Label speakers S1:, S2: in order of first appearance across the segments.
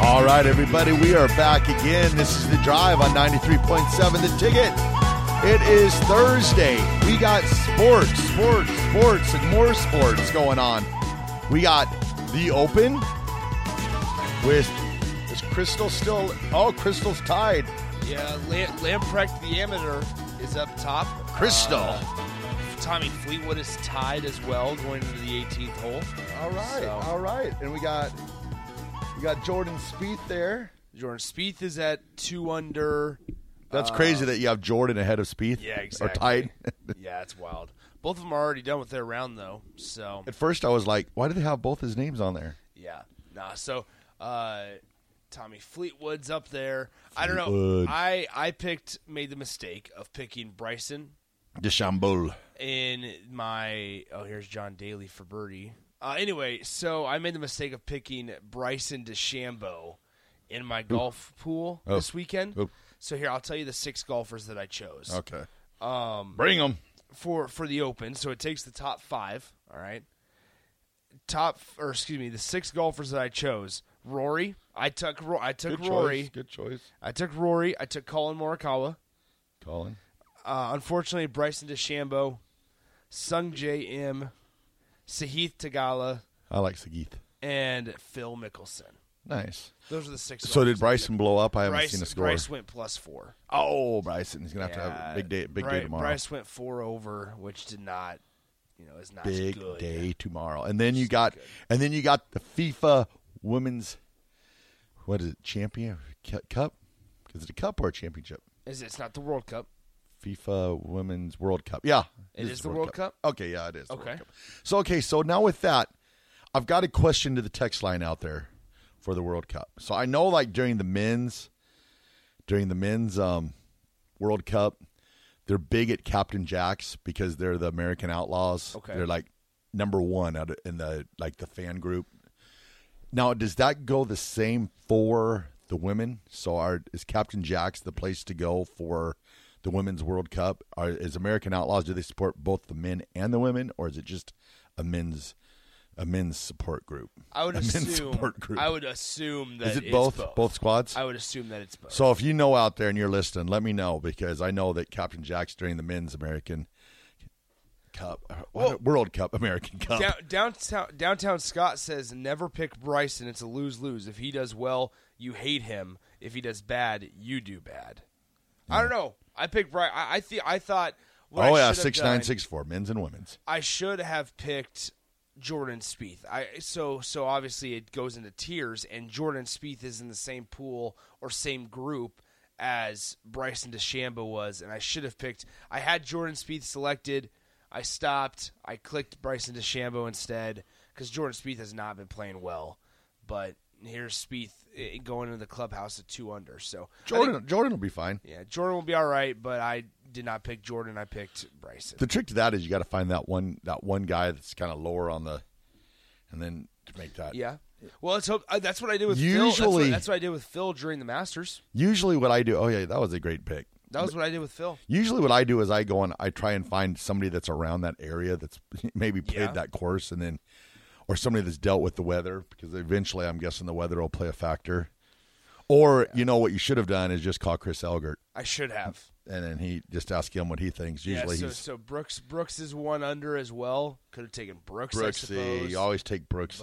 S1: All right, everybody, we are back again. This is The Drive on 93.7 The Ticket. It is Thursday. We got sports, sports, sports, and more sports going on. We got the Open with. Is Crystal still. Oh, Crystal's tied.
S2: Yeah, Lam- Lamprecht the Amateur is up top. Uh,
S1: Crystal.
S2: Tommy Fleetwood is tied as well going into the 18th hole.
S1: All right,
S2: So-
S1: all right. And we got. We got Jordan Spieth there.
S2: Jordan Spieth is at two under.
S1: That's crazy that you have Jordan ahead of Spieth.
S2: Uh, Yeah, exactly.
S1: Or tied.
S2: Yeah, it's wild. Both of them are already done with their round though. So
S1: At first, I was like, why do they have both his names on there?
S2: yeah, nah. So uh, Tommy Fleetwood's up there. I don't know.
S1: Fleetwood.
S2: I I picked made the mistake of picking Bryson
S1: DeChambeau.
S2: in my oh here's John Daly for birdie. Uh, anyway, so I made the mistake of picking Bryson DeChambeau in my golf pool
S1: Oh.
S2: this weekend.
S1: Oh.
S2: So here I'll tell you the six golfers that I chose
S1: Okay. Um, Bring them.
S2: for for the Open. So it takes the top five. All right, top or excuse me, the six golfers that I chose. Rory, I took Ro- I took
S1: Good
S2: Rory,
S1: choice. Good choice.
S2: I took Rory, I took Colin Morikawa.
S1: Colin.
S2: Uh, unfortunately, Bryson DeChambeau, Sung J M, Sahith Tagala,
S1: I like Sagith.
S2: and Phil Mickelson.
S1: Nice.
S2: Those are the six.
S1: So did
S2: golfers.
S1: Bryson blow up? I haven't
S2: Bryce,
S1: seen a score.
S2: Bryce went plus four.
S1: oh, Bryson. He's gonna have to
S2: Yeah,
S1: have a big day. Big
S2: Bry-
S1: day tomorrow.
S2: Bryce went four over, which did not, you know, is not
S1: big
S2: good.
S1: day tomorrow. And then you got, and then you got the FIFA Women's, what is it? Champion Cu- Cup? Is it a cup or a championship?
S2: Is it- it's not the World Cup?
S1: FIFA Women's World Cup. Yeah,
S2: It is the World
S1: Okay, yeah, it is. the World
S2: Okay.
S1: Cup. So okay, so now with that, I've got a question to the text line out there for the World Cup. So I know like during the men's during the men's um World Cup, they're big at Captain Jacks because they're the American Outlaws.
S2: Okay.
S1: They're like number 1 out of, in the like the fan group. Now, does that go the same for the women? So, are, is Captain Jack's the place to go for the Women's World Cup? Are, is American Outlaws do they support both the men and the women, or is it just a men's a men's support group?
S2: I would
S1: a men's
S2: assume.
S1: support group.
S2: I would assume that
S1: is it
S2: it's
S1: both, both squads?
S2: I would assume that it's both.
S1: so, if you know out there and you're listening, let me know because I know that Captain Jack's during the men's American Cup, Uh,
S2: Well-
S1: World Cup, American Cup.
S2: Down, downtown downtown Scott says never pick Bryson. It's a lose lose. If he does well, you hate him. If he does bad, you do bad. I don't know. I picked Bryson. I, I think I thought. What
S1: oh
S2: I
S1: yeah,
S2: should have
S1: six nine
S2: done-
S1: six four, men's and women's.
S2: I should have picked Jordan Spieth. I so so obviously it goes into tiers, and Jordan Spieth is in the same pool or same group as Bryson DeChambeau was, and I should have picked. I had Jordan Spieth selected. I stopped. I clicked Bryson DeChambeau instead because Jordan Spieth has not been playing well. But here's Spieth eh, going into the clubhouse at two under. So I
S1: Jordan,
S2: think-
S1: Jordan will be fine.
S2: yeah, Jordan will be all right. But I did not pick Jordan. I picked Bryson.
S1: The trick to that is you got to find that one that one guy that's kind of lower on the, and then to make that.
S2: Yeah. Well, let's hope uh, that's what I did with Phil. That's
S1: Usually-
S2: what, that's what I did with Phil during the Masters.
S1: Usually, what I do. Oh yeah, that was a great pick.
S2: That was what I did with Phil.
S1: Usually, what I do is I go and I try and find somebody that's around that area that's maybe played
S2: Yeah.
S1: that course, and then, or somebody that's dealt with the weather because eventually, I'm guessing the weather will play a factor. Or you know what you should have done is just call Chris Elgert
S2: I should have.
S1: and then he just ask him what he thinks. Usually,
S2: yeah, so,
S1: he's
S2: so Brooks Brooks is one under as well. Could have taken Brooks. I
S1: Brooksy.
S2: suppose,
S1: You always take Brooksy.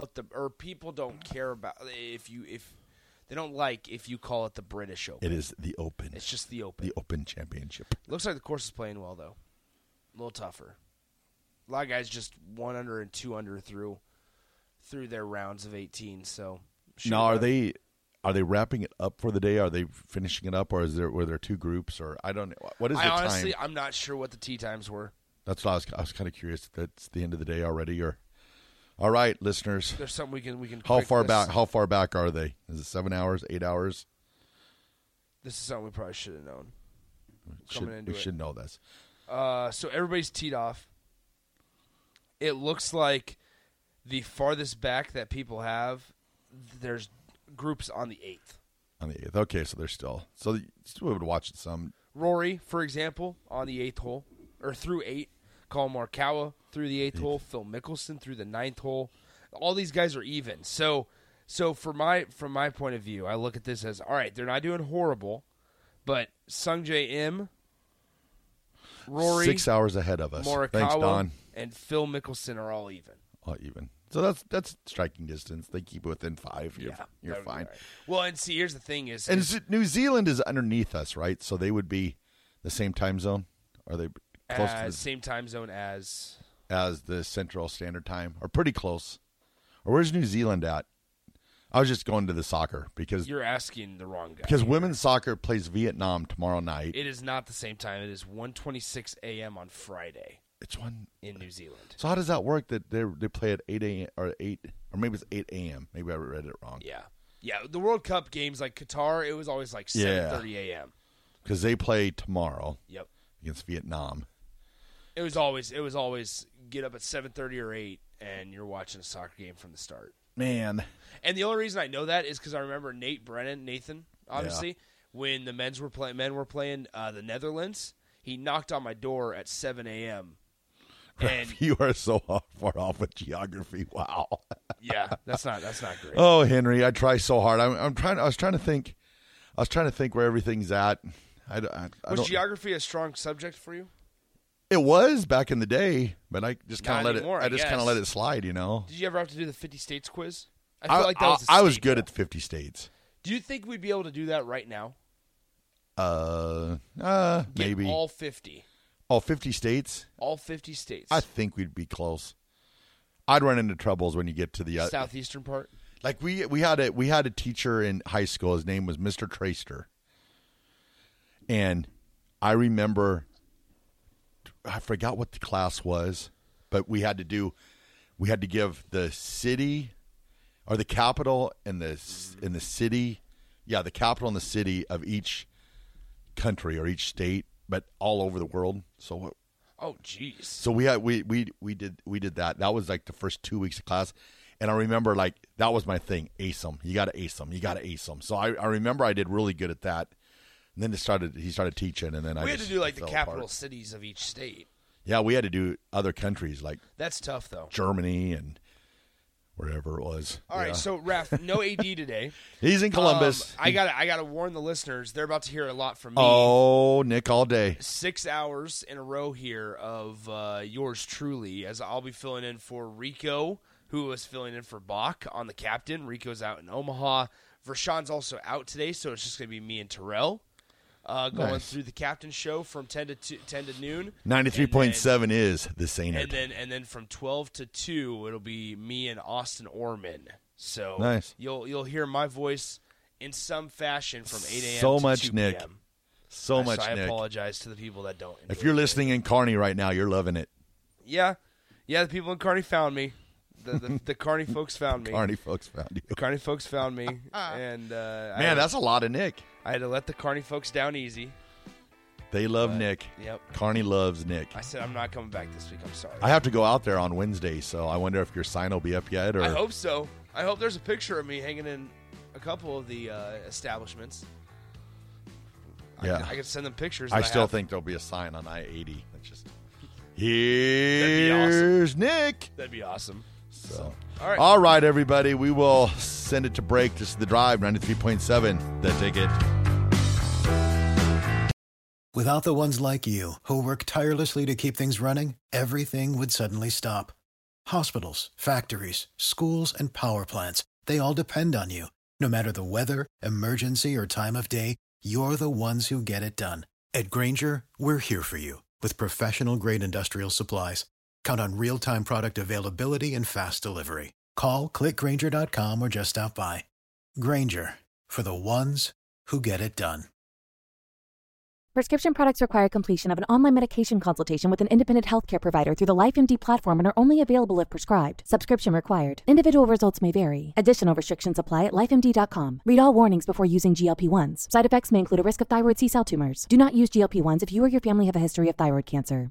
S2: it the or people don't care about if you if they don't like if you call it the British Open.
S1: It is the Open.
S2: It's just the Open.
S1: the Open Championship.
S2: Looks like the course is playing well though. A little tougher. A lot of guys just one under and two under through through their rounds of eighteen. So should
S1: now, are
S2: run.
S1: they are they wrapping it up for the day? Are they finishing it up, or is there were there two groups, or I don't know what is
S2: I
S1: the
S2: honestly,
S1: time?
S2: I'm not sure what the tea times were.
S1: That's what I was. I was kind of curious. if That's the end of the day already, or all right, listeners,
S2: There's something we can we can.
S1: how
S2: quick-
S1: far
S2: this-
S1: back? How far back are they? Is it seven hours, eight hours?
S2: This is something we probably should have known.
S1: Should,
S2: Coming into
S1: we
S2: it.
S1: should know this.
S2: Uh, so everybody's teed off. It looks like the farthest back that people have. There's groups on the eighth.
S1: On the eighth. Okay, so they're still. So you still would watch some.
S2: Rory, for example, on the eighth hole or through eight. Colin Morikawa through the eighth, hole. Phil Mickelson through the ninth hole. All these guys are even. So, so for my from my point of view, I look at this as all right. They're not doing horrible, but Sung J M, Rory,
S1: six hours ahead of us.
S2: Morikawa,
S1: Thanks, Don.
S2: and Phil Mickelson are all even.
S1: Oh, even. So that's that's striking distance. They keep it within five. You're, you're
S2: That would be
S1: fine.
S2: all right. Well, and see, here's the thing: is,
S1: And
S2: is
S1: is it- New Zealand is underneath us, right? So they would be the same time zone. Are they close
S2: uh,
S1: to the,
S2: same time zone as
S1: as the Central Standard Time, or pretty close? Or where's New Zealand at? I was just going to the soccer because
S2: you're asking the wrong guy
S1: because women's soccer plays Vietnam tomorrow night.
S2: It is not the same time. It is 1:26 a.m. on Friday
S1: it's one.
S2: in New Zealand.
S1: So how does that work? That they they play at eight a.m. or eight or maybe it's eight a.m. Maybe I read it wrong.
S2: Yeah, yeah. The World Cup games like Qatar, it was always like
S1: Yeah.
S2: 7:30 a.m.
S1: because they play tomorrow
S2: Yep.
S1: against Vietnam.
S2: It was always it was always get up at 7:30 or 8 and you're watching a soccer game from the start.
S1: Man,
S2: And the only reason I know that is because I remember Nate Brennan, Nathan, obviously, when the men's were playing men were playing uh, the Netherlands. He knocked on my door at 7 a.m. And
S1: you are so off, far off with geography. Wow.
S2: yeah, that's not that's not great.
S1: Oh, Henry, I try so hard. I'm, I'm trying. I was trying to think. I was trying to think where everything's at. I, d- I- I
S2: was
S1: don't.
S2: geography a strong subject for you?
S1: it was back in the day, but I just kind
S2: Not
S1: of let
S2: anymore,
S1: it.
S2: I
S1: I just kind
S2: guess.
S1: of let it slide. You know.
S2: Did you ever have to do the 50 states quiz? I
S1: I,
S2: feel like that was. a
S1: I- I was
S2: state,
S1: good
S2: though.
S1: at 50 states.
S2: Do you think we'd be able to do that right now?
S1: Uh, uh
S2: Get
S1: maybe all,
S2: all 50,
S1: 50 states.
S2: all 50 states.
S1: I think we'd be close. I'd run into troubles when you get to the uh,
S2: southeastern part.
S1: Like we we had a we had a teacher in high school. His name was Mr. Traster, and I remember I forgot what the class was, but we had to do we had to give the city or the capital and the s- and the city, yeah, the capital and the city of each country or each state, but all over the world. So what
S2: Oh, jeez.
S1: so we had we we we did we did that. That was like the first two weeks of class, and I remember like that was my thing. Ace them. You got to ace them. You got to ace them. So I, I remember I did really good at that. And then it started. He started teaching, and then I
S2: We had to
S1: just
S2: do like the
S1: fell
S2: capital
S1: apart.
S2: cities of each state.
S1: Yeah, we had to do other countries like
S2: That's tough, though.
S1: Germany and wherever it was.
S2: All right,
S1: Yeah.
S2: so Raph, no AD today.
S1: he's in Columbus.
S2: Um, I got I got to warn the listeners; they're about to hear a lot from me.
S1: oh, Nick all day.
S2: Six hours in a row here of uh, yours truly, as I'll be filling in for Rico, who was filling in for Bach on the captain. Rico's out in Omaha. Vershawn's also out today, so it's just going to be me and Terrell uh, going
S1: Nice.
S2: through the captain show from ten to two, ten to noon.
S1: Ninety three point seven is this ain't
S2: and
S1: it.
S2: then and then from 12 to 2 it'll be me and Austin Orman. So
S1: Nice.
S2: you'll you'll hear my voice in some fashion from 8 a.m.
S1: So
S2: to
S1: much
S2: 2
S1: Nick.
S2: p.m..
S1: so much,
S2: I
S1: Nick.
S2: apologize to the people that don't.
S1: If
S2: enjoy
S1: you're
S2: it.
S1: listening in Carney right now, you're loving it.
S2: yeah, yeah, the people in Carney found me. The the, the Carney folks found me.
S1: Carney folks found you.
S2: The Carney folks found me, and uh, I,
S1: Man, that's a lot of Nick.
S2: I had to let the Carney folks down easy.
S1: They love Nick.
S2: Yep.
S1: Carney loves Nick.
S2: I said I'm not coming back this week. I'm sorry.
S1: I have to go out there on Wednesday, so I wonder if your sign will be up yet. Or
S2: I hope so. I hope there's a picture of me hanging in a couple of the uh, establishments.
S1: yeah,
S2: I, could- I could send them pictures.
S1: I
S2: that
S1: still
S2: have.
S1: think there'll be a sign on I eighty. That's just
S2: be awesome.
S1: here's Nick.
S2: that'd be awesome.
S1: So,
S2: all right.
S1: all right, everybody, we will send it to break. This is the drive ninety three point seven. The ticket.
S3: Without the ones like you, who work tirelessly to keep things running, everything would suddenly stop. Hospitals, factories, schools, and power plants, they all depend on you. No matter the weather, emergency, or time of day, you're the ones who get it done. At Granger, we're here for you with professional grade industrial supplies. Count on real time product availability and fast delivery. Call clickgranger.com or just stop by. Granger for the ones who get it done.
S4: Prescription products require completion of an online medication consultation with an independent healthcare provider through the LifeMD platform and are only available if prescribed. Subscription required. Individual results may vary. Additional restrictions apply at lifemd.com. Read all warnings before using GLP-1s. Side effects may include a risk of thyroid C-cell tumors. Do not use GLP-1s if you or your family have a history of thyroid cancer.